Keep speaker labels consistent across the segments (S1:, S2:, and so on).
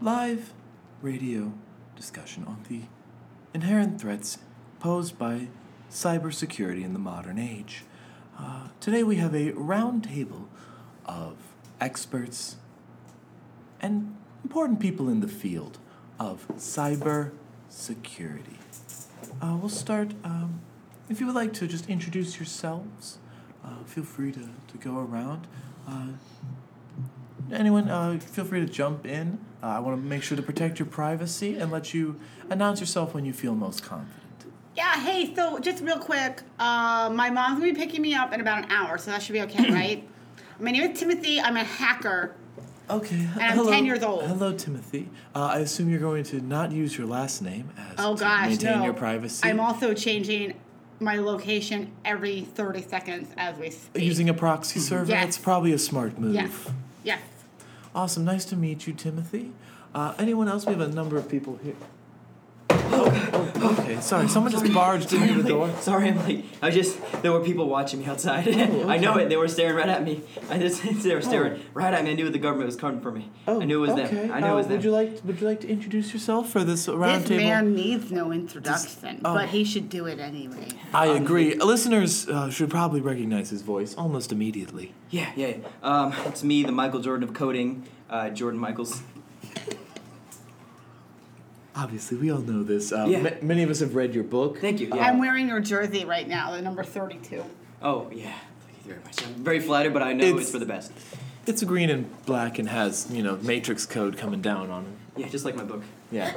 S1: live radio discussion on the inherent threats posed by cybersecurity in the modern age. Uh, today we have a roundtable of experts and important people in the field of cybersecurity. Uh, we'll start, um, if you would like to just introduce yourselves, uh, feel free to, to go around. Uh, anyone, uh, feel free to jump in. Uh, I want to make sure to protect your privacy and let you announce yourself when you feel most confident.
S2: Yeah, hey, so just real quick, uh, my mom's gonna be picking me up in about an hour, so that should be okay, right? My name is Timothy, I'm a hacker.
S1: Okay. And
S2: I'm 10 years old.
S1: Hello, Timothy. Uh, I assume you're going to not use your last name as
S2: Oh
S1: to
S2: gosh,
S1: maintain
S2: no.
S1: your privacy.
S2: I'm also changing my location every 30 seconds as we speak.
S1: using a proxy server.
S2: Yes.
S1: That's probably a smart move.
S2: Yes. Yes.
S1: Awesome. Nice to meet you, Timothy. Uh, anyone else? We have a number of people here. Oh, oh, okay. Sorry, someone just barged
S3: Sorry,
S1: into
S3: I'm
S1: the door.
S3: late. Sorry, I'm late. I was just there were people watching me outside.
S1: Oh,
S3: I know it. They were staring right at me. I just they were staring right at me. I knew the government was coming for me. I knew it was
S1: Oh, okay.
S3: them. I knew it was
S1: uh,
S3: them.
S1: Would you like Would you like to introduce yourself for this roundtable?
S2: This man needs no introduction,
S1: oh.
S2: but he should do it anyway.
S1: I agree. Listeners uh, should probably recognize his voice almost immediately.
S3: yeah, yeah. yeah. Um, it's me, the Michael Jordan of coding, uh, Jordan Michaels.
S1: Obviously, we all know this. Uh,
S3: Yeah.
S1: ma- many of us have read your book.
S3: Thank you. Yeah.
S2: I'm wearing your jersey right now, the number 32.
S3: oh yeah. Thank you very much. I'm very flattered, but I know it's,
S1: It's-
S3: for the best.
S1: It's green and black and has you know matrix code coming down on it.
S3: Yeah, just like my book.
S1: Yeah.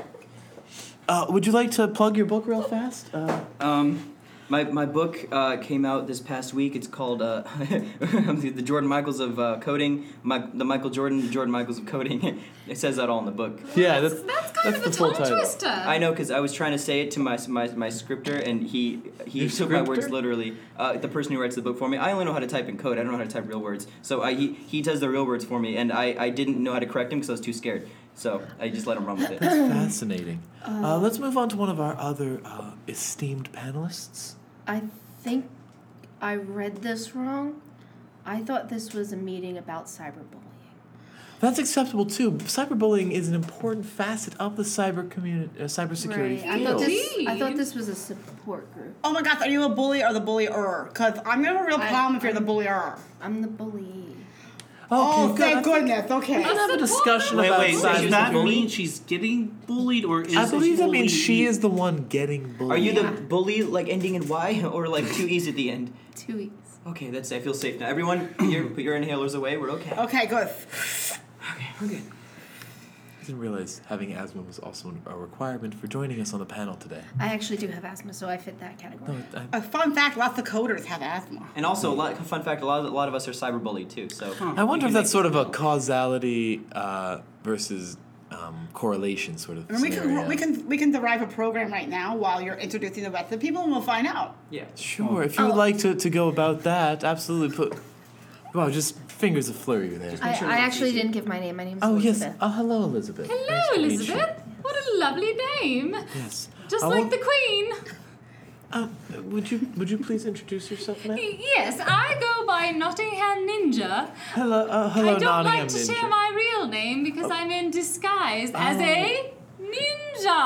S1: Uh, would you like to plug your book real fast? Uh,
S3: Um, my, my book uh, came out this past week. It's called uh, The Jordan Michaels of uh, Coding, my, The Michael Jordan, Jordan Michaels of Coding. it says that all in the book.
S1: yeah, that's,
S4: That's kind of
S1: the
S4: a
S1: full
S4: tongue
S1: title.
S4: twister.
S3: I know because I was trying to say it to my my, my scripter, and he he
S1: Your
S3: took my words
S1: scripter?
S3: literally. Uh, the person who writes the book for me, I only know how to type in code. I don't know how to type real words. So I he, he does the real words for me, and I, I didn't know how to correct him because I was too scared. So I just let him run with it.
S1: Fascinating. Uh, let's move on to one of our other uh, esteemed panelists.
S5: I think I read this wrong. I thought this was a meeting about cyberbullying.
S1: That's acceptable too. Cyberbullying is an important facet of the cyber community, uh, cybersecurity
S5: I
S1: field.
S5: thought this. I thought
S4: Indeed.
S5: this was a support group.
S2: Oh my gosh, are you a bully or the bullier? Because I'm gonna have a real
S5: I-
S2: problem if you're the
S5: I'm-
S2: bullier.
S5: I'm the bully.
S2: Oh,
S1: good. I
S2: thank
S1: think-
S2: goodness, okay.
S1: Let's have a discussion
S6: Wait,
S1: about
S6: wait, does that
S1: cyberbullying.
S6: mean she's getting bullied or is
S1: I believe that means she
S6: bullied?
S1: is the one getting bullied.
S3: Are you the bully like ending in Y or like two E's at the end?
S5: Two weeks.
S3: Okay, that's I feel safe now. Everyone, your, put your inhalers away. We're okay.
S2: Okay, good.
S3: Okay, we're good.
S1: I didn't realize having asthma was also a requirement for joining us on the panel today.
S5: I actually do have asthma, so I fit that category.
S1: No, I,
S2: A fun fact lots of coders have asthma.
S3: And also, a lot, fun fact: a lot, a lot of us are cyberbullied too. So
S1: I wonder
S3: you
S1: if
S3: can
S1: that's
S3: make-
S1: sort of a causality uh, versus um, correlation sort of
S2: I mean, we
S1: scenario.
S2: can, we can we can derive a program right now while you're introducing the rest of the people, and we'll find out.
S3: yeah.
S1: Sure, if you
S2: Oh.
S1: would like to, to go about that, absolutely put. Wow, just fingers a flurry there.
S5: I,
S3: sure
S5: I
S3: it's
S5: actually
S3: easy.
S5: didn't give my name. My name's
S1: Oh, yes.
S5: Elizabeth.
S1: Oh, hello, Elizabeth. Nice
S4: Hello,
S1: to meet you.
S4: Elizabeth. What a lovely name.
S1: Yes.
S4: Just
S1: I
S4: like
S1: want-
S4: the Queen.
S1: Uh, would you would you please introduce yourself, ma'am?
S4: Y- Yes, I go by Nottingham Ninja.
S1: Hello, uh, hello,
S4: I don't
S1: Nottingham
S4: like to
S1: Ninja. Oh.
S4: share my real name because I'm in disguise as a ninja.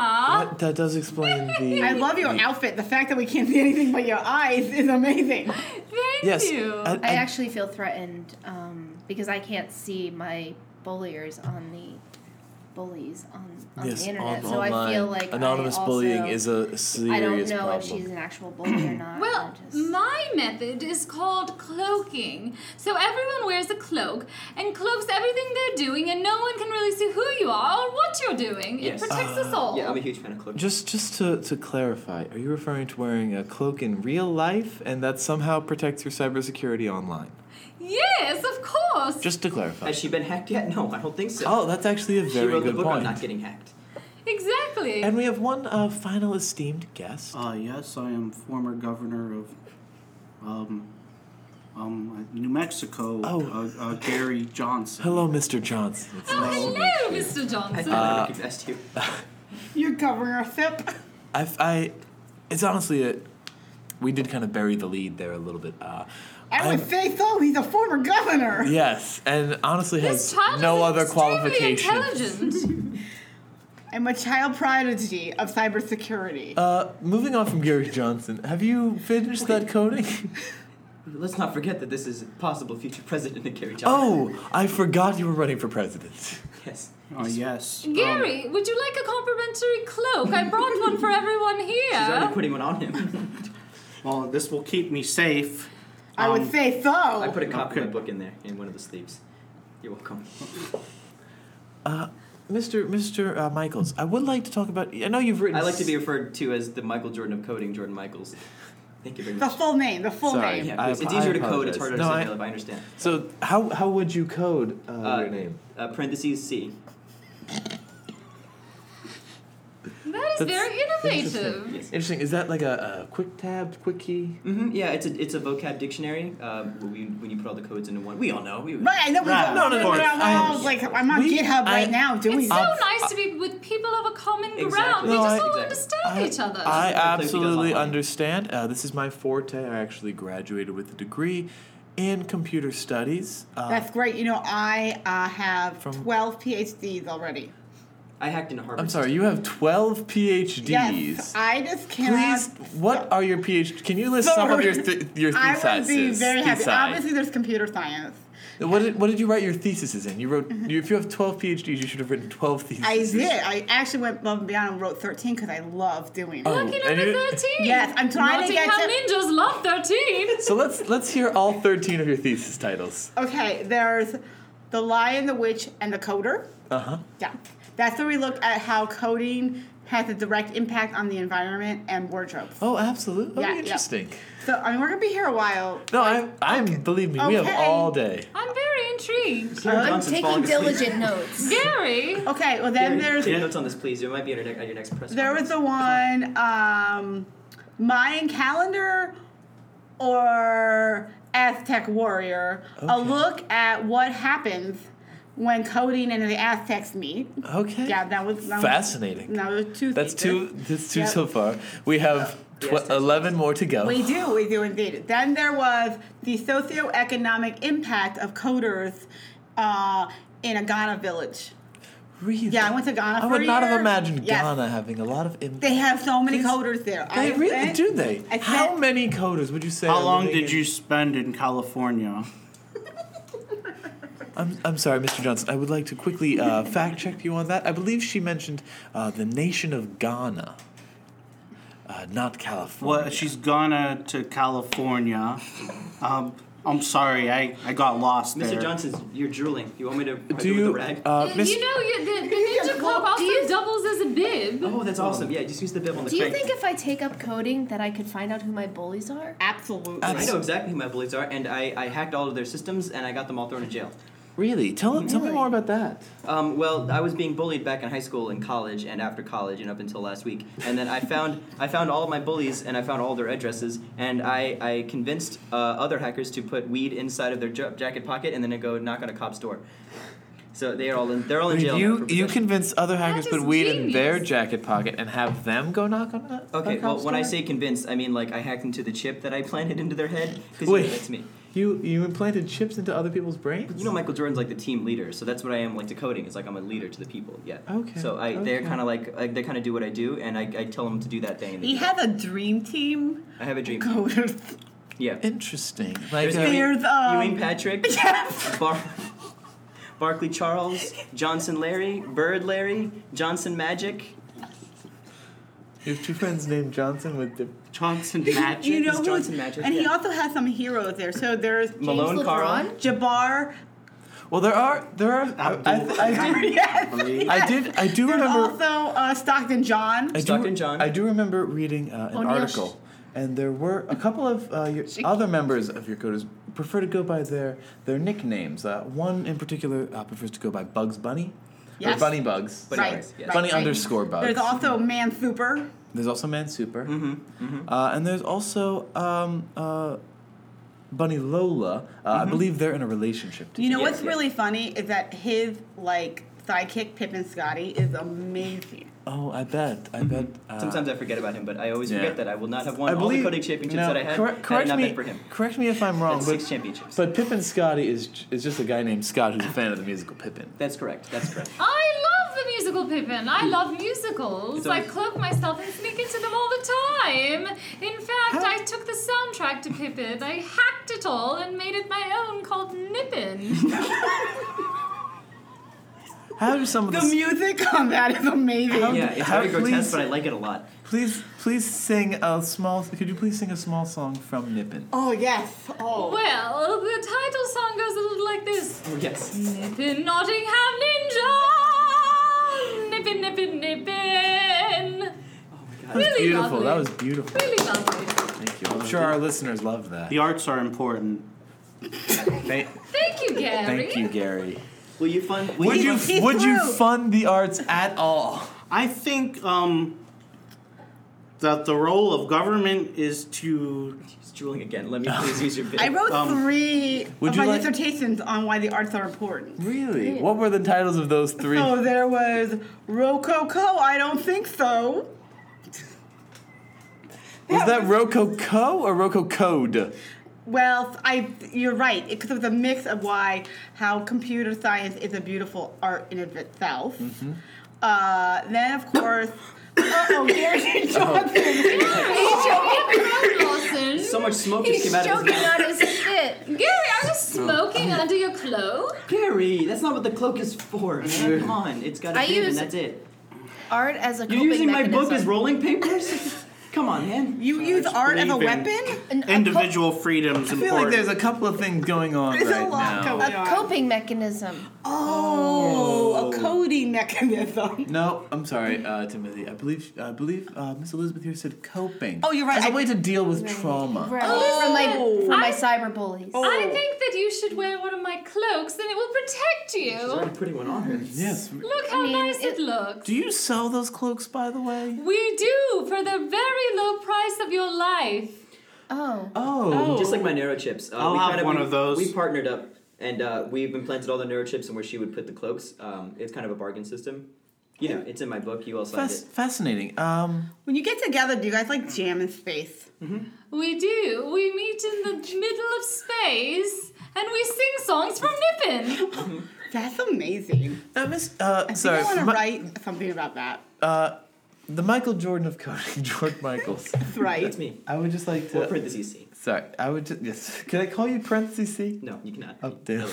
S1: that, that does explain the.
S2: I love your outfit. The fact that we can't see anything but your eyes is amazing.
S4: Thank
S1: Yes. Uh,
S4: you.
S1: I-
S5: I actually feel threatened um, because I can't see my bulliers on the bullies on, on
S1: yes,
S5: the internet.
S1: on-
S5: so I feel
S1: online.
S5: like
S1: anonymous
S5: I also,
S1: bullying is a serious
S5: I don't know
S1: problem.
S5: if she's an actual bully or not.
S4: Well,
S5: I just-
S4: my method is called cloaking. So everyone wears a cloak and cloaks everything they're doing, and no one can really see who you are or what you're doing.
S3: Yes.
S4: It protects
S1: Uh,
S4: us all.
S3: Yeah, I'm a huge fan of cloak.
S1: Just just to, to clarify, are you referring to wearing a cloak in real life and that somehow protects your cybersecurity online?
S4: Yes, of course.
S1: Just to clarify.
S3: Has she been hacked yet? No, I don't think so.
S1: Oh, that's actually a
S3: she
S1: very
S3: wrote the
S1: good
S3: book on not
S1: point.
S3: getting hacked.
S4: exactly.
S1: And we have one uh, final esteemed
S3: Um,
S1: guest.
S6: Uh, yes, I am former governor of um, um, New Mexico,
S1: Oh.
S6: uh, uh, Gary Johnson.
S1: Hello, Mr. Johnson. It's
S4: oh,
S1: nice to meet
S4: hello,
S1: you.
S4: Mr.
S3: I
S4: Johnson.
S3: thought
S1: Uh,
S3: I recognized you.
S2: You're covering our sip.
S1: I, I, it's honestly a, we did kind of bury the lead there a little bit. Uh,
S2: I
S1: I'm-
S2: would say so. He's a former governor.
S1: yes, and honestly
S4: this
S1: has
S4: child
S1: no
S4: is
S1: other
S4: extremely
S1: qualification.
S4: intelligent.
S2: I'm a child prodigy of cybersecurity.
S1: Uh, moving on from Gary Johnson, have you finished that coding?
S3: Let's not forget that this is possible future president of Gary Johnson.
S1: oh, I forgot you were running for president.
S3: Yes.
S6: Oh
S1: Um,
S6: yes.
S4: Gary, would you like a complimentary cloak? I brought one for everyone
S3: She's already
S4: here.
S3: putting one on him.
S6: Um, well, this will keep me safe.
S2: I would
S6: um,
S2: say
S3: I
S2: so.
S3: put a copy of my
S6: Okay.
S3: book in there in one of the sleeves. You're welcome.
S1: Mr. Mr. Uh, Michaels, I would like to talk about. I know you've written.
S3: I like to be
S1: s-
S3: referred to as the Michael Jordan of coding, Jordan Michaels. Thank you very
S2: The
S3: much.
S2: full name, the full
S1: Sorry.
S2: name.
S3: Yeah,
S1: I
S3: please. it's
S1: apo- I
S3: easier to code. It's
S1: apologize.
S3: harder
S1: No,
S3: to say
S1: I-
S3: develop. I understand.
S1: So how how would you code uh,
S3: Uh,
S1: your name?
S3: Uh, parentheses C.
S4: That is
S1: That's
S4: very innovative.
S3: Yes.
S1: Interesting. Is that like a, a quick tab, quick key?
S3: hmm Yeah, it's a it's a vocab dictionary. Uh, when, we, when you put all the codes into one, we all know. We,
S2: Right, I know we
S6: Right.
S2: don't
S6: No,
S1: no, no,
S2: I don't
S1: I
S2: know,
S1: understand.
S2: like I'm on
S1: We-
S2: GitHub
S1: I-
S2: right now doing
S4: It's so
S2: this.
S4: nice to be with people of a common ground.
S3: Exactly.
S4: We
S1: No,
S4: just
S1: I-
S4: all
S3: Exactly.
S4: understand each other.
S1: I
S3: Something that Lucy does
S1: absolutely
S3: online.
S1: understand. Uh, this is my forte. I actually graduated with a degree in computer studies. Uh,
S2: That's great. You know, I uh, have
S1: From-
S2: 12 PhDs already.
S3: I hacked into Harvard.
S1: I'm sorry, you have 12 PhDs.
S2: Yes, I just cannot.
S1: Please, what are your PhD? Can you list some of your th- your
S2: I
S1: theses?
S2: would be very happy.
S1: Thesi.
S2: Obviously, there's computer science.
S1: What did, what did you write your theses in? You wrote you, if you have 12 PhDs, you should have written 12 theses.
S2: Mm-hmm. I did. I actually went above and beyond and wrote 13 because I love doing it.
S1: Oh.
S4: Lucky
S1: and
S4: number
S1: you-
S4: 13.
S2: Yes, I'm trying to get
S4: Nottingham
S2: to-
S4: ninjas love 13.
S1: So let's let's hear all 13 of your thesis titles.
S2: Okay, there's The Lion, the Witch, and the Coder.
S1: Uh huh.
S2: Yeah. That's where we look at how coding has a direct impact on the environment and wardrobes.
S1: Oh, absolutely.
S2: Yeah, yeah.
S1: interesting.
S2: So, I mean, we're going to be here a while.
S1: No, I I'm believe me, we have
S2: Okay.
S1: all day.
S4: I'm very intrigued.
S5: I'm taking diligent notes.
S4: Gary,
S2: Okay, well, then there's.
S3: Take notes on this, please. It might be at your, ne- at your next press.
S2: There was the
S3: conference.
S2: one um, Mayan calendar or Aztec warrior. A
S1: Okay.
S2: look at what happens when coding and the Aztecs meet.
S1: Okay.
S2: Yeah, that was that was-
S1: Fascinating.
S2: that was two.
S1: That's two. That's
S2: thesis.
S1: two
S2: Yep. Oh.
S1: so far. We have tw-
S3: Yes, that's-
S1: 11 more to go.
S2: We do, we do indeed. Then there was the socioeconomic impact of coders uh, in a Ghana village.
S1: Really?
S2: Yeah, I went to Ghana
S1: I
S2: for
S1: would
S2: a
S1: not have
S2: year.
S1: imagined
S2: Yes.
S1: Ghana having a lot of impact.
S2: They have so many
S1: Yes.
S2: coders there.
S1: They
S2: I
S1: really
S2: spent-
S1: do they?
S2: I
S1: How
S2: spent-
S1: many coders would you say?
S6: How
S1: are
S6: long
S1: living
S6: did
S1: in-
S6: you spend in California?
S1: I'm, I'm sorry, Mr. Johnson. I would like to quickly uh, fact check you on that. I believe she mentioned uh, the nation of Ghana, uh, not California.
S6: Well, she's gonna to California. Um, I'm sorry, I, I got lost
S3: Mr.
S6: there.
S3: Johnson, you're drooling. You want me to wipe
S1: Do
S3: it with a
S1: you?
S3: rag?
S1: Uh,
S4: you,
S1: Miss-
S4: you know you, the, the ninja cloak also doubles as a bib.
S3: oh, that's awesome. Yeah, just use the bib on the
S5: Do you
S3: crank.
S5: think if I take up coding that I could find out who my bullies are?
S2: Absolutely.
S3: I know exactly who my bullies are, and I, I hacked all of their systems, and I got them all thrown in jail.
S1: really? Tell tell me more about that.
S3: Um, well, I was being bullied back in high school and college and after college and up until last week. And then I found I found all of my bullies and I found all their addresses and I, I convinced uh, other hackers to put weed inside of their ja- jacket pocket and then I go knock on a cop's door. So they are all in, they're all in jail. now
S1: you
S3: for
S1: you
S3: possession.
S1: convince other hackers
S4: That
S1: put
S4: is
S1: weed in
S4: genius.
S1: their jacket pocket and have them go knock on that.
S3: Okay,
S1: that
S3: well,
S1: cop's
S3: when I
S1: door?
S3: say convinced, I mean like I hacked into the chip that I planted into their head because
S1: Wait.
S3: that's me.
S1: you you implanted chips into other people's brains.
S3: You know, Michael Jordan's like the team leader, so that's what I am like to coding. Is like I'm a leader to the people. Yeah.
S1: Okay,
S3: So I, they're
S1: okay.
S3: kind of like, like they kind of do what I do, and I, I tell them to do that thing. And they
S2: He
S3: do it.
S2: has a dream team.
S3: I have a dream.
S2: Coders.
S3: Yeah.
S1: Interesting. Like
S3: There's
S1: uh,
S3: Ewing-
S2: There's, um,
S3: Ewing Patrick, Bar- Barkley Charles, Johnson Larry, Bird Larry, Johnson Magic.
S1: you have two friends named Johnson with. Dip-
S6: Johnson Magic.
S2: You know
S3: It's
S2: who-
S3: Johnson Magic,
S2: And he
S3: yeah.
S2: also has some heroes there. So there's
S3: Malone Carl.
S5: Lateron?
S2: Jabbar.
S1: well, there are there are. I, I, I did.
S2: yes.
S1: I did. I do
S2: There's
S1: remember.
S2: also uh, Stockton John.
S1: I
S3: Stockton
S1: do,
S3: John.
S1: I do remember reading uh, an
S5: O'Neill
S1: article, and there were a couple of uh, your other members of your coders prefer to go by their their nicknames. Uh, one in particular uh, prefers to go by Bugs Bunny,
S2: Yes.
S1: or Bunny Bugs,
S3: Bunny
S2: right.
S3: Bugs, yes.
S2: right,
S1: Bunny
S2: right.
S1: underscore Bugs.
S2: There's also Man Super.
S1: There's also Man Super,
S3: Mm-hmm,
S1: Uh, and there's also um, uh, Bunny Lola. Uh,
S3: Mm-hmm.
S1: I believe they're in a relationship.
S2: You know
S3: Yes,
S2: what's
S3: yes.
S2: really funny is that his like sidekick Pippin Scotty is amazing.
S1: Oh, I bet. I bet. Uh,
S3: mm-hmm. Sometimes I forget about him, but I always
S1: yeah.
S3: forget that I will not have
S1: I
S3: won all the coding championships
S1: no,
S3: that I had.
S1: Correct,
S3: had it
S1: correct
S3: not
S1: me.
S3: been for him.
S1: Correct me if I'm wrong,
S3: That's
S1: Oh, but
S3: six championships.
S1: But Pippin Scotty is is just a guy named Scott who's a fan of the musical Pippin.
S3: That's correct. That's correct.
S4: I love the musical musical, Pippin. I love musicals.
S3: It's
S4: I
S3: always-
S4: cloak myself and sneak into them all the time. In fact,
S1: How-
S4: I took the soundtrack to Pippin. I hacked it all and made it my own called Nippin.
S1: How do some of
S2: The
S1: the,
S2: music on that is amazing.
S3: Yeah, it's
S1: How-
S3: very
S1: please-
S3: grotesque, but I like it a lot.
S1: please please sing a small could you please sing a small song from Nippin?
S2: Oh yes. Oh.
S4: well, the title song goes a little like this.
S3: Oh, Yes.
S4: Nippin Nottingham Ninja! Nippin, nippin,
S1: Oh
S4: nippin!
S1: That was
S4: Really
S1: beautiful.
S4: lovely.
S1: That was beautiful.
S4: Really lovely.
S1: Thank you. I'm sure our listeners love that.
S6: The arts are important.
S1: Thank,
S4: Thank you, Gary.
S1: thank you, Gary.
S3: Will you fund? Will
S1: Would you
S2: he
S1: would you
S2: threw.
S1: fund the arts at all?
S6: I think um, that the role of government is to
S3: He's drooling again. Let me please use your bit.
S2: I wrote
S6: Um,
S2: three
S1: would
S2: of
S1: you
S2: my
S1: like-
S2: dissertations on why the arts are important.
S1: Really? What were the titles of those three?
S2: So Oh, there was Rococo. I don't think so.
S1: Was that Rococo or Rococode?
S2: Well, I you're right because it was a mix of why how computer science is a beautiful art in of itself. Uh, then of course, oh, Gary Johnson.
S4: Lawson.
S3: so much smoke just
S5: He's
S3: came out of his
S5: choking
S3: mouth.
S5: on his spit.
S4: Gary, are you smoking under your cloak?
S3: Gary, that's not what the cloak is for. Man. Come on, it's got a
S5: I
S3: bib
S5: use-
S3: and that's it.
S5: Art as a
S3: You're
S5: coping
S3: using my
S5: mechanism.
S3: book as rolling papers. Come on, man.
S2: You use art as a
S6: believing.
S2: weapon.
S5: An- a co-
S6: individual freedoms
S1: I feel
S6: important.
S1: like there's a couple of things going on
S2: There's
S1: right
S2: a lot
S1: now.
S2: going
S5: a
S2: on.
S5: coping mechanism.
S2: oh, a coding mechanism.
S1: No, I'm sorry, uh, Timothy. I believe I believe uh, Miss Elizabeth here said coping.
S2: Oh, you're right.
S1: As a
S2: I-
S1: way to deal with trauma.
S5: Right. From
S3: Oh.
S5: my from my
S4: I-
S5: cyber bullies.
S4: I think that you should wear one of my cloaks and it will protect
S3: She's
S4: you.
S3: already putting one on her.
S1: Yes.
S4: Look how
S5: I mean,
S4: nice
S5: it-
S4: it, looks.
S1: Do you sell those cloaks, by the way?
S4: we do for the very low price of your life.
S5: Oh.
S1: Oh.
S3: Just like my neurochips. Uh,
S6: I'll
S3: we
S6: have
S3: kinda-
S6: one
S3: we-
S6: of those.
S3: We partnered up, and uh, we've implanted all the neurochips and where she would put the cloaks. Um, it's kind of a bargain system. You know, it's in my book. You all signed
S1: Fas- fascinating. Um,
S2: When you get together, do you guys like jam in space?
S4: We do. We meet in the middle of space and we sing songs from Nippin.
S2: That's amazing.
S1: now, Miss, uh,
S2: I
S1: sorry,
S2: think I want to
S1: Mi-
S2: write something about that.
S1: uh, the Michael Jordan of coding, George Michaels.
S2: That's
S3: it.
S2: right.
S3: That's me.
S1: I would just like
S3: Or
S1: to.
S3: parentheses C.
S1: Sorry, I would just. Yes. Can I call you parentheses C?
S3: No, you cannot.
S1: Up there.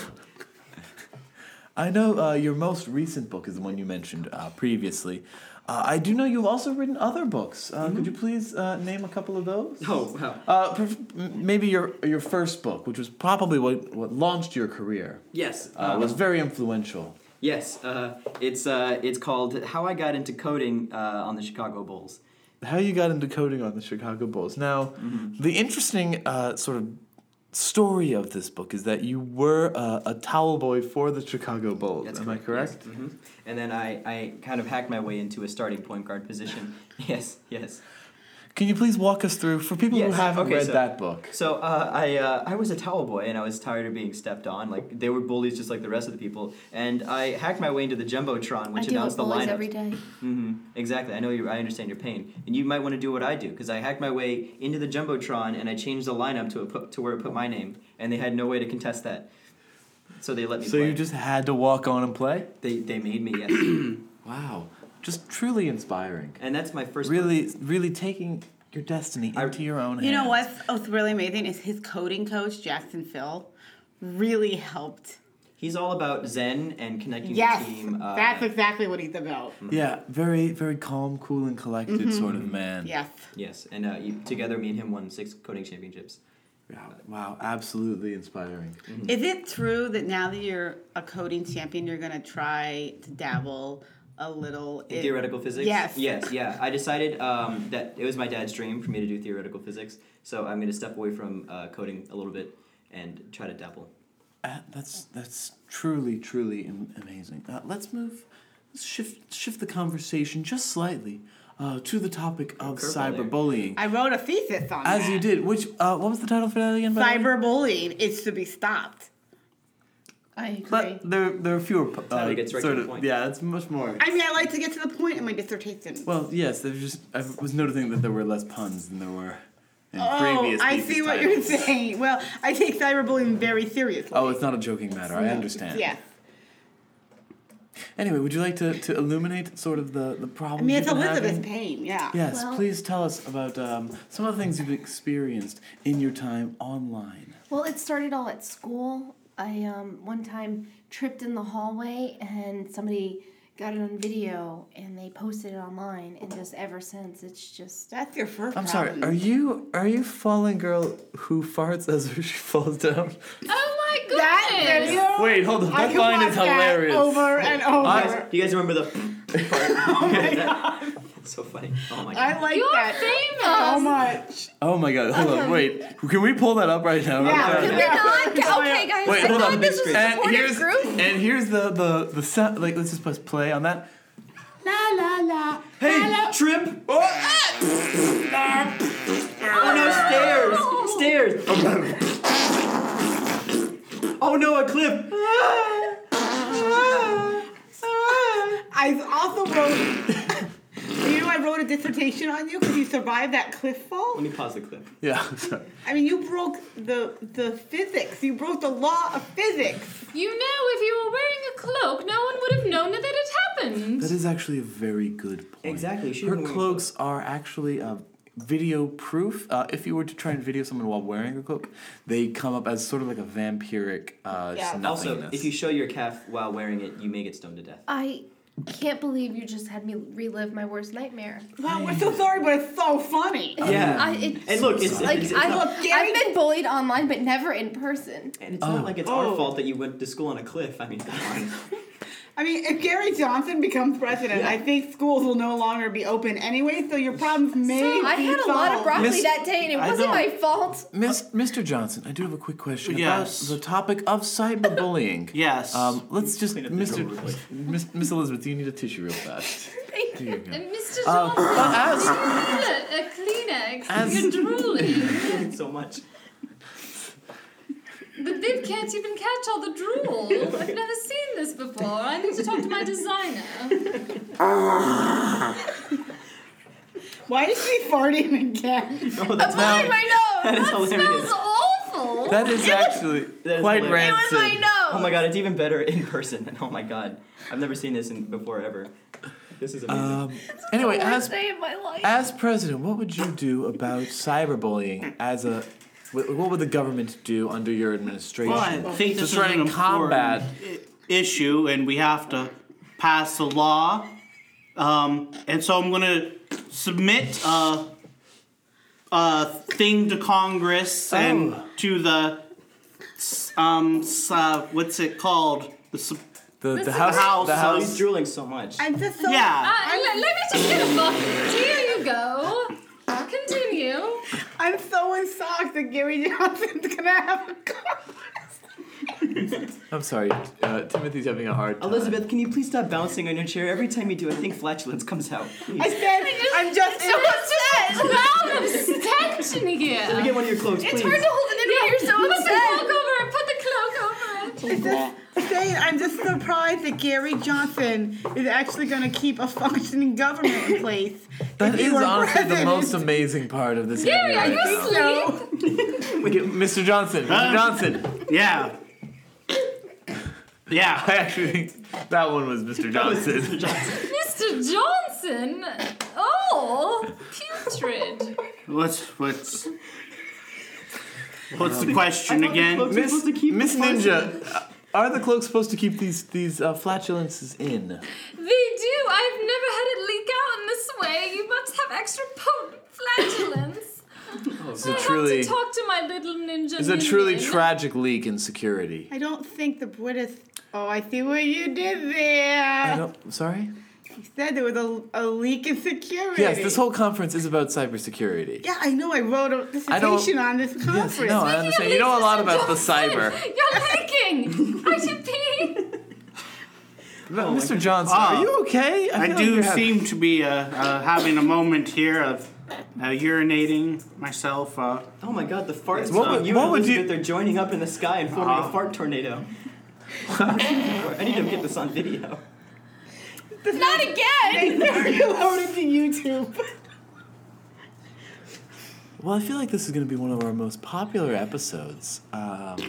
S1: I know uh, your most recent book is the one you mentioned uh, previously. Uh, I do know you've also written other books. Uh, Could you please uh, name a couple of those?
S3: Oh wow.
S1: Uh, pref- m- maybe your your first book, which was probably what, what launched your career,
S3: Yes.
S1: uh, was very influential.
S3: Yes, uh, it's uh, it's called "How I Got Into Coding uh, on the Chicago Bulls."
S1: How you got into coding on the Chicago Bulls. Now, the interesting uh, sort of story of this book is that you were uh, a towel boy for the Chicago Bulls. Am I correct?
S3: hmm And then I, I kind of hacked my way into a starting point guard position. yes, yes.
S1: Can you please walk us through for people
S3: Yes,
S1: who haven't
S3: okay,
S1: read
S3: so-
S1: that book?
S3: So uh, I uh, I was a towel boy and I was tired of being stepped on. Like they were bullies just like the rest of the people. And I hacked my way into the jumbotron,
S5: I
S3: which
S5: deal
S3: announced
S5: with
S3: the
S5: bullies
S3: lineup.
S5: every day.
S3: hmm Exactly. I know you. I understand your pain, and you might want to do what I do because I hacked my way into the jumbotron and I changed the lineup to a put, to where it put my name, and they had no way to contest that. So they let me.
S1: So
S3: play.
S1: you just had to walk on and play?
S3: They, they made me, yes.
S1: Wow, just truly inspiring.
S3: and that's my first.
S1: Really, really taking your destiny
S3: I-
S1: into your own hands.
S2: You know what's, what's really amazing is his coding coach, Jackson Phil, really helped.
S3: He's all about Zen and connecting
S2: Yes,
S3: the team. Uh,
S2: that's exactly what Mm-hmm. he's about.
S1: Yeah, very, very calm, cool, and collected sort of man.
S2: Yes.
S3: Yes, and uh, you, together, me and him won six coding championships.
S1: Yeah, Wow, absolutely inspiring.
S3: Mm-hmm.
S2: Is it true that now that you're a coding champion, you're going to try to dabble a little in
S3: theoretical physics.
S2: Yes.
S3: Yes. Yeah. I decided um, that it was my dad's dream for me to do theoretical physics, so I'm going to step away from uh, coding a little bit and try to dabble.
S1: Uh, that's that's truly, truly am- amazing. Uh, let's move, let's shift shift the conversation just slightly uh, to the topic of
S3: Curveball there.
S1: cyberbullying.
S2: I wrote a thesis on
S1: As
S2: that.
S1: you did, which uh, what was the title for that again? by the way?
S2: Cyberbullying is to be stopped.
S5: I agree.
S1: But there, there are fewer. p-
S3: how
S1: Uh,
S3: it gets right to
S1: sort
S3: the
S1: of-
S3: point.
S1: Yeah, it's much more.
S2: I mean, I like to get to the point in my dissertation.
S1: Well, yes, there's just I was noticing that there were less puns than there were in
S2: oh,
S1: previous.
S2: I
S1: thesis
S2: see what
S1: titles.
S2: you're saying. Well, I take cyberbullying very seriously.
S1: Oh, it's not a joking matter. I understand.
S2: Yes.
S1: Anyway, would you like to, to illuminate sort of the, the
S2: I
S1: problem?
S2: mean,
S1: you've
S2: it's
S1: been
S2: Elizabeth's
S1: having?
S2: pain, yeah.
S1: Yes,
S5: Well-
S1: please tell us about um, some of the things you've experienced in your time online.
S5: Well, it started all at school. I um, one time tripped in the hallway and somebody got it on video and they posted it online and just ever since it's just
S2: That's your first
S1: I'm
S2: problem.
S1: sorry. Are you are you falling girl who farts as she falls down?
S4: Oh my goodness!
S2: That video.
S1: Wait, hold on.
S2: I
S1: That
S2: could
S1: line is
S2: watch that
S1: hilarious.
S2: Over and over.
S3: Do you guys- do you guys remember the part? oh my god. so funny. Oh my god.
S2: I like
S4: You're
S2: that
S4: famous.
S2: so much.
S1: Oh my god, hold on. Wait, can we pull that up right now?
S2: Yeah,
S1: Okay.
S2: can
S4: You're not- okay, guys.
S1: Wait,
S4: I
S1: hold
S4: thought
S1: on.
S4: this was a
S1: and
S4: supportive
S1: here's
S4: group.
S1: and here's the the the sound. Like let's just press play on that. La la la. Hey, shrimp. Oh, ah!
S3: Oh no, stairs! Stairs! oh no, a cliff!
S2: I also wrote. you know, I wrote a dissertation on you because you survived that cliff fall.
S3: Let me pause the clip.
S1: Yeah. I'm sorry.
S2: I mean, you broke the the physics. You broke the law of physics.
S4: You know, if you were wearing a cloak, no one would have known that it happened.
S1: That is actually a very good point.
S3: Exactly, she
S1: Her
S3: didn't wear a
S1: cloaks are actually uh, video proof. Uh, if you were to try and video someone while wearing a cloak, they come up as sort of like a vampiric uh, just
S2: Yeah.
S3: Also,
S1: nothingness.
S3: if you show your calf while wearing it, you may get stoned to death.
S5: I can't believe you just had me relive my worst nightmare.
S2: Wow, we're so sorry, but it's so funny.
S3: Yeah.
S5: I, it's,
S3: Mm. and look, it's,
S5: like
S3: it's, it's
S5: I've,
S3: not,
S2: not-
S5: I've been bullied online, but never in person.
S3: and it's not like it's
S2: Oh.
S3: our fault that you went to school on a cliff. I mean, come on.
S2: I mean, if Gary Johnson becomes president, I think schools will no longer be open anyway, so your problems may be
S5: I had a lot of
S2: solved.
S5: broccoli
S1: Miss-
S5: that day, and it
S1: I
S5: wasn't
S1: know.
S5: my fault.
S1: Miss, Mr. Johnson, I do have a quick question
S6: Yes.
S1: about the topic of cyberbullying.
S6: Yes.
S1: Um, let's just,
S3: Clean up the door
S1: Mr.
S3: real quick.
S1: Miss, Miss Elizabeth, do you need a tissue real fast?
S5: Thank
S1: Here you
S4: And
S1: go.
S4: Mr.
S1: Uh,
S4: Johnson,
S1: but as,
S4: a Kleenex.
S1: As-
S4: You're drooling.
S3: so much.
S4: The bib can't even catch all the drool. I've never seen this before. I need to talk to my designer.
S2: Why is she farting again?
S3: No, that's
S4: Oh
S5: Mine, my nose.
S3: that is hilarious.
S4: It's awful.
S1: that is actually
S3: that is
S1: quite
S3: hilarious.
S5: It was
S1: rancid.
S5: my nose.
S3: Oh my god, it's even better in person. Oh my god, I've never seen this in, before ever. This is amazing.
S1: Um, anyway, as
S5: day of my life.
S1: As president, what would you do about cyberbullying? As a, wh- what would the government do under your administration?
S6: Well, I think
S1: to
S6: this is
S1: try
S6: an
S1: and
S6: important
S1: combat-
S6: i- issue, and we have to pass a law. Um, and so I'm going to submit a, a thing to Congress and
S1: Oh.
S6: to the s- um s- uh, what's it called? The su-
S1: The, the
S4: This
S1: house,
S4: is-
S6: House.
S1: the
S3: Oh,
S1: house.
S3: he's drooling so much.
S2: I'm just so
S6: yeah.
S4: Uh, let, let me just get a bucket. Here you go. Continue.
S2: I'm so in shock that Gary Johnson's gonna have a conference.
S1: I'm sorry, uh, Timothy's having a hard time.
S3: Elizabeth, can you please stop bouncing on your chair? Every time you do, I think flatulence comes out. Please.
S2: I said, I'm just
S4: It's just a cloud of stench in here.
S3: Let me get one of your cloaks,
S5: it's
S3: please.
S5: hard to hold it in when you're so
S4: Put the cloak
S5: upset.
S4: over it. Put the cloak over it.
S2: It's just saying, I'm just surprised that Gary Johnson is actually going to keep a functioning government in place.
S1: that
S2: if
S1: is
S2: you were
S1: honestly the
S2: president.
S1: most amazing part of
S3: Oh,
S1: this
S4: Gary, are
S1: interview.
S4: you
S1: right now.
S4: asleep?
S1: Get- Mr. Johnson, Mr.
S6: Huh?
S1: Johnson.
S6: Yeah. Yeah.
S1: I actually think that one was Mr. Johnson.
S4: Mr. Johnson? Oh, putrid.
S6: What's what's what's the question again?
S1: Miss,
S3: supposed to keep
S1: Miss
S3: the cloaks
S1: Ninja, uh, are the cloaks supposed to keep these these uh, flatulences in?
S4: They do. I've never had it leak out in this way. You must have extra potent flatulence.
S1: Oh, It's
S4: I
S1: a
S4: have
S1: truly,
S4: to talk to my little ninja.
S1: it's a truly
S4: minion.
S1: tragic leak in security.
S2: I don't think the British. Oh, I see what you did
S1: I
S2: there.
S1: don't, sorry.
S2: You said there was a, a leak in security.
S1: Yes, this whole conference is about cybersecurity.
S2: Yeah, I know. I wrote a
S1: I don't-
S2: dissertation on this conference.
S1: Yes, no, I understand. You know a lot about the cyber.
S4: You're leaking. Are you peeing?
S1: But Mr. Johnson,
S6: Ah.
S1: are you okay?
S6: I
S1: feel like
S6: do
S1: you're having-
S6: seem to be uh, uh, having a moment here of uh, urinating myself. Uh,
S3: Oh my god, the farts
S1: What
S3: from
S1: would-
S3: you
S1: what
S3: and
S1: would you- Uh-huh.
S3: Elizabeth are joining up in the sky and forming
S6: Ah.
S3: a fart tornado. I need to get this on video.
S5: Not again.
S2: Reloaded to YouTube.
S1: Well, I feel like this is going to be one of our most popular episodes. Um,
S2: I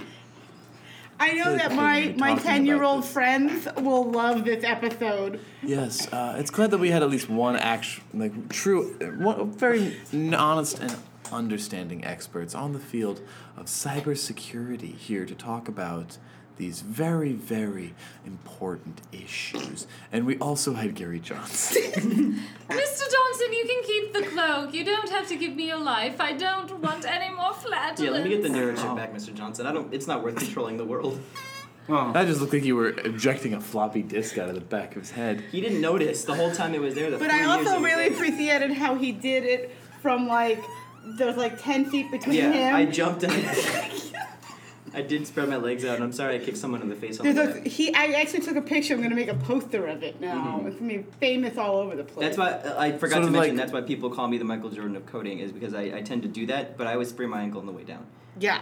S2: I know that my,
S3: Talking
S2: my
S3: about
S2: 10 year old
S3: this.
S2: friends will love this episode.
S1: Yes, uh, it's glad that we had at least one act, like true, uh, one, very n- honest and understanding experts on the field of cybersecurity here to talk about these very, very important issues. And we also had Gary Johnson.
S4: Mr. Johnson, you can keep the cloak. You don't have to give me your life. I don't want any more flatulence.
S3: Yeah, let me get the narrative back, Mr. Johnson. I don't. It's not worth controlling the world.
S1: that just looked like you were ejecting a floppy disk out of the back of his head.
S3: He didn't notice the whole time it was there. The
S2: But
S3: three
S2: I
S3: years it
S2: also
S3: was
S2: really
S3: there.
S2: appreciated how he did it from like, there's like 10 feet between
S3: Yeah, I
S2: him.
S3: jumped and I did spread my legs out. and I'm sorry I kicked someone in the face on the
S2: there's
S3: way.
S2: a, he, I actually took a picture. I'm going to make a poster of it now. It's going to be famous all over the place.
S3: That's why uh, I I forgot
S1: Sort
S3: to
S1: of like-
S3: mention. that's why people call me the Michael Jordan of coding is because I, I tend to do that, but I always sprain my ankle on the way down.
S2: Yeah.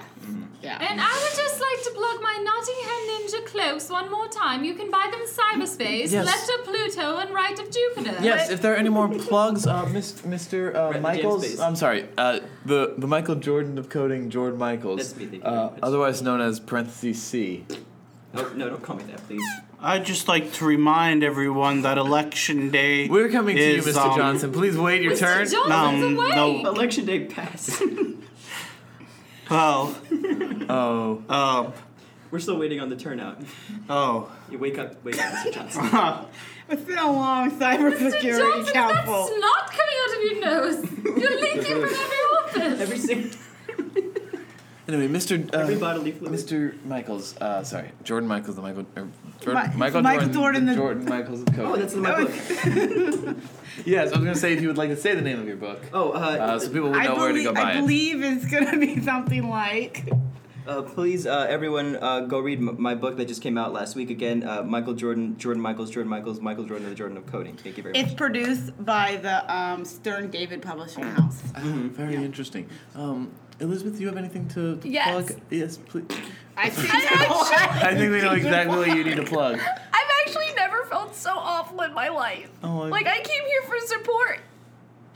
S2: Yeah.
S4: And I would just like to plug my Nottingham Ninja cloaks one more time. You can buy them in cyberspace,
S1: Yes.
S4: left of Pluto and right of Jupiter.
S1: Yes, if there are any more plugs, uh, mis- Mr. Uh,
S3: James
S1: Michaels.
S3: Bates.
S1: I'm sorry, uh, the the Michael Jordan of coding, Jordan Michaels,
S3: That's me, thank you very
S1: uh,
S3: much.
S1: otherwise known as parentheses C.
S3: No, Oh, no, don't call me that, please.
S6: I'd just like to remind everyone that election day.
S1: We're coming to you,
S6: is,
S1: Mr.
S6: um,
S1: Johnson. Please wait your
S4: Mr.
S1: turn.
S4: Johnson's
S6: Um,
S4: awake.
S6: no.
S3: Election day pass.
S6: Oh,
S1: Oh,
S6: oh,
S3: We're still waiting on the turnout.
S6: oh.
S3: You wake up, wake up, Mr. Johnson.
S2: It's been a long
S4: Mr.
S2: cybersecurity
S4: Johnson, that
S2: council.
S4: snot coming out of your nose. You're leaking from every orifice.
S3: Every single
S1: anyway, Mr. Uh,
S3: every bodily fluid.
S1: Mr. Michaels. Uh, sorry, Jordan Michaels, the Michael. Er, Jordan,
S2: Mi-
S1: Michael
S2: Michael
S1: Jordan, Jordan
S2: Jordan, the-
S1: Michaels of coding.
S3: Oh, that's the Michael.
S1: yes, I was gonna say if you would like to say the name of your book,
S3: Oh, uh,
S1: uh, so people would
S2: I
S1: know where to
S2: believe,
S1: go buy
S2: I
S1: it.
S2: believe it's going to be something like.
S3: uh, please, uh, everyone, uh, go read m- my book that just came out last week. Again, uh, Michael Jordan, Jordan Michaels, Jordan Michaels, Michael Jordan, the Jordan of coding. Thank you very much.
S2: It's produced by the um, Stern David Publishing House.
S1: Ah, very interesting. Um, Elizabeth, do you have anything to, to
S4: Yes.
S1: plug? Yes, please.
S2: I think
S1: I think we know exactly what you need to plug.
S7: I've actually never felt so awful in my life.
S1: Oh, I-
S7: Like I came here for support,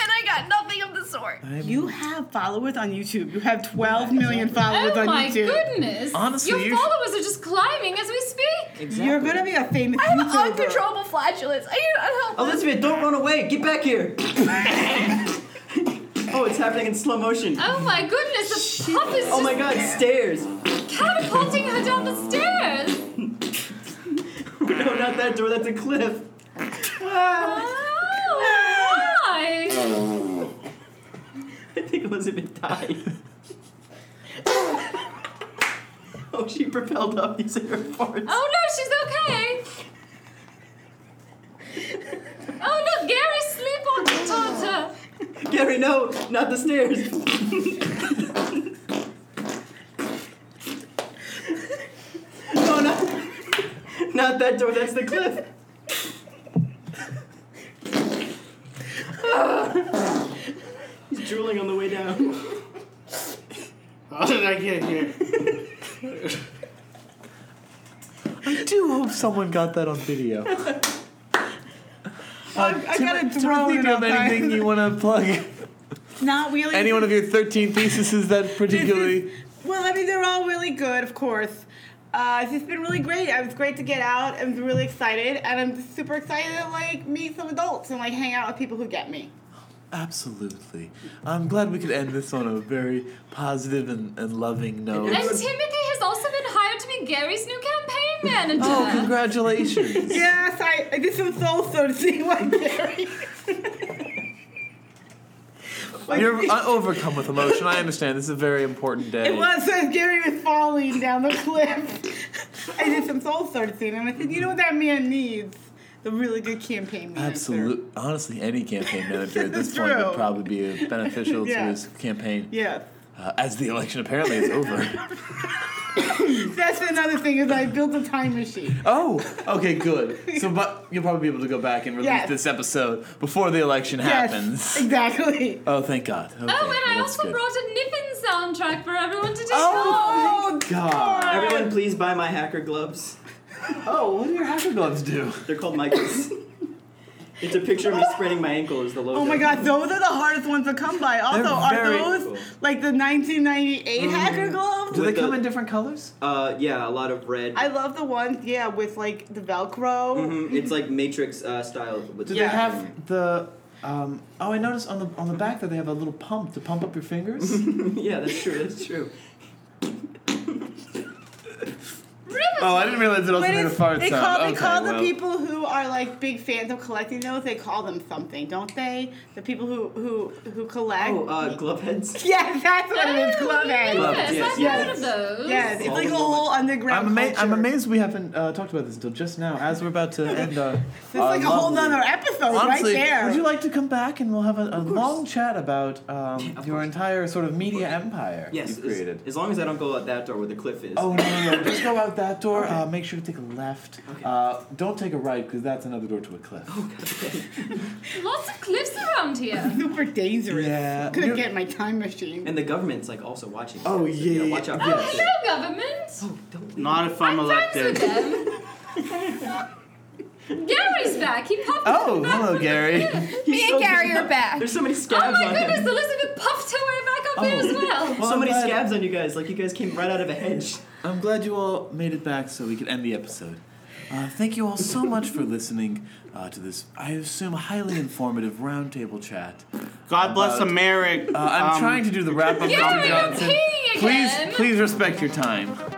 S7: and I got nothing of the sort.
S1: I'm-
S2: you have followers on YouTube. You have 12 million followers
S4: Oh
S2: on
S4: my
S2: YouTube.
S4: goodness!
S1: Honestly,
S4: your
S1: you should-
S4: followers are just climbing as we speak.
S3: Exactly. Oh,
S2: You're going to be a famous
S7: I have
S2: YouTuber.
S7: uncontrollable flatulence. I can't help
S3: Elizabeth, don't run away! Get back here! oh, it's happening in slow
S2: Uh,
S3: motion.
S4: Oh my goodness! The pup is
S3: Oh my
S4: just
S3: god, stairs!
S4: catapulting her down the stairs.
S3: No, not that door, that's a cliff.
S4: Oh, why?
S3: I think Elizabeth died. oh, she propelled up using her farts.
S4: Oh no, she's okay. Oh no, Gary, sleep on the daughter.
S3: Gary, no, not the stairs. no, not, not that door, that's the cliff. He's drooling on the way down.
S6: How did I get here?
S1: I do hope someone got that on video. Uh,
S2: I, I got a
S1: Timothy,
S2: drone.
S1: do you have anything you want to plug?
S2: Not really.
S1: Any one of your 13 theses that particularly.
S2: Well, I mean, they're all really good, of course. Uh, it's just been really great. It was great to get out. I'm really excited, and I'm super excited to like meet some adults and like hang out with people who get me.
S1: Absolutely. I'm glad we could end this on a very positive and, and loving note.
S4: And Timothy has also been hired to be Gary's new campaign manager.
S1: Oh, congratulations.
S2: Yes, I. I did some soul so to see what Gary.
S1: You're uh, overcome with emotion. I understand. This is a very important day.
S2: It was as Gary was falling down the cliff. I did some soul searching, and I said, "You know what that man needs? The really good campaign manager."
S1: Absolutely. Honestly, any campaign manager at this
S2: It's
S1: point
S2: true.
S1: would probably be uh, beneficial
S2: Yeah.
S1: to his campaign
S2: Yes.
S1: uh, as the election apparently is over.
S2: That's another thing is I built a time machine.
S1: Oh, okay, good. So, but you'll probably be able to go back and release
S2: Yes.
S1: this episode before the election
S2: Yes,
S1: happens.
S2: exactly.
S1: Oh, thank God. Okay,
S4: Oh,
S1: well,
S4: and I
S1: that's
S4: also
S1: good.
S4: brought a Nippin soundtrack for everyone to take home.
S1: Oh, thank God.
S3: Everyone, please buy my hacker gloves.
S1: Oh, what do your hacker gloves do?
S3: They're called Michaels. It's a picture of me spraining my ankle as the logo.
S2: Oh my god, those are the hardest ones to come by. Also,
S1: They're
S2: are
S1: very Mm.
S2: those
S3: cool.
S2: like the 1998 hacker gloves?
S1: Do they
S3: With
S1: come
S3: the-
S1: in different colors?
S3: Uh, yeah, a lot of red.
S2: I love the ones, yeah, with like the Velcro.
S1: Mm-hmm.
S3: Mhm, It's like Matrix uh, style. With
S1: Do
S2: Yeah.
S1: they have the? Um, oh, I noticed on the on the back that they have a little pump to pump up your fingers.
S3: yeah, that's true. That's true.
S1: oh, I didn't realize it also
S2: But
S1: made a
S2: it's,
S1: fart
S2: they
S1: sound.
S2: call, they
S1: okay,
S2: call the
S1: well.
S2: people who are like big fans of collecting those, they call them something, don't they? The people who who who collect.
S3: Oh, uh, glove heads.
S2: yeah, that's what it is,
S4: Oh,
S2: glove heads.
S3: Glove
S4: Yes,
S3: heads,
S4: I've
S3: yes.
S4: heard of those.
S2: Yes, it's
S3: All
S2: like a
S3: the
S2: whole
S3: moments.
S2: underground
S1: I'm, ama-
S2: culture.
S1: I'm amazed we haven't uh, talked about this until just now, as we're about to end our.
S2: It's like a whole nother episode
S1: Honestly,
S2: right there.
S1: would you like to come back and we'll have a, a long chat about um,
S3: of
S1: your
S3: course.
S1: entire sort of media empire
S3: Yes,
S1: you've
S3: as-
S1: created?
S3: As, long as I don't go out that door where the cliff is.
S1: Oh no, no, no! Just go out that door. Uh, make sure to take a left.
S3: Okay.
S1: Uh, don't take a right because that's another door to a cliff.
S2: Oh,
S4: Lots of cliffs around here.
S2: Super dangerous.
S1: Yeah.
S2: Gonna
S1: You're-
S2: get my time machine.
S3: And the government's like also watching.
S1: Oh,
S3: So,
S1: yeah,
S3: you know,
S1: yeah,
S3: watch out.
S1: yeah.
S3: for
S4: Oh,
S3: that.
S4: hello, government.
S3: Oh, don't leave.
S6: Not if I'm
S4: I'm friends with
S6: elected.
S4: them. Gary's back. He popped
S1: Oh,
S4: back
S1: hello,
S4: from the
S1: Gary.
S4: cliff.
S7: Me and Gary are back.
S3: There's so many
S4: Oh
S3: scabs
S4: my
S3: on
S4: goodness,
S3: him.
S4: Elizabeth puffed her way back up
S1: Oh.
S4: here as well.
S1: Well,
S3: so
S1: I'm
S3: many
S1: glad-
S3: scabs on you guys. Like you guys came right out of a hedge.
S1: I'm glad you all made it back so we could end the episode. Uh, thank you all so much for listening uh, to this, I assume, highly informative roundtable chat. Uh,
S6: God bless
S1: About- Uh,
S6: America.
S1: I'm
S6: um,
S1: trying to do the wrap up,
S4: Gary,
S1: Mr.
S4: you're
S1: Johnson.
S4: peeing
S1: Please,
S4: again.
S1: please respect your time.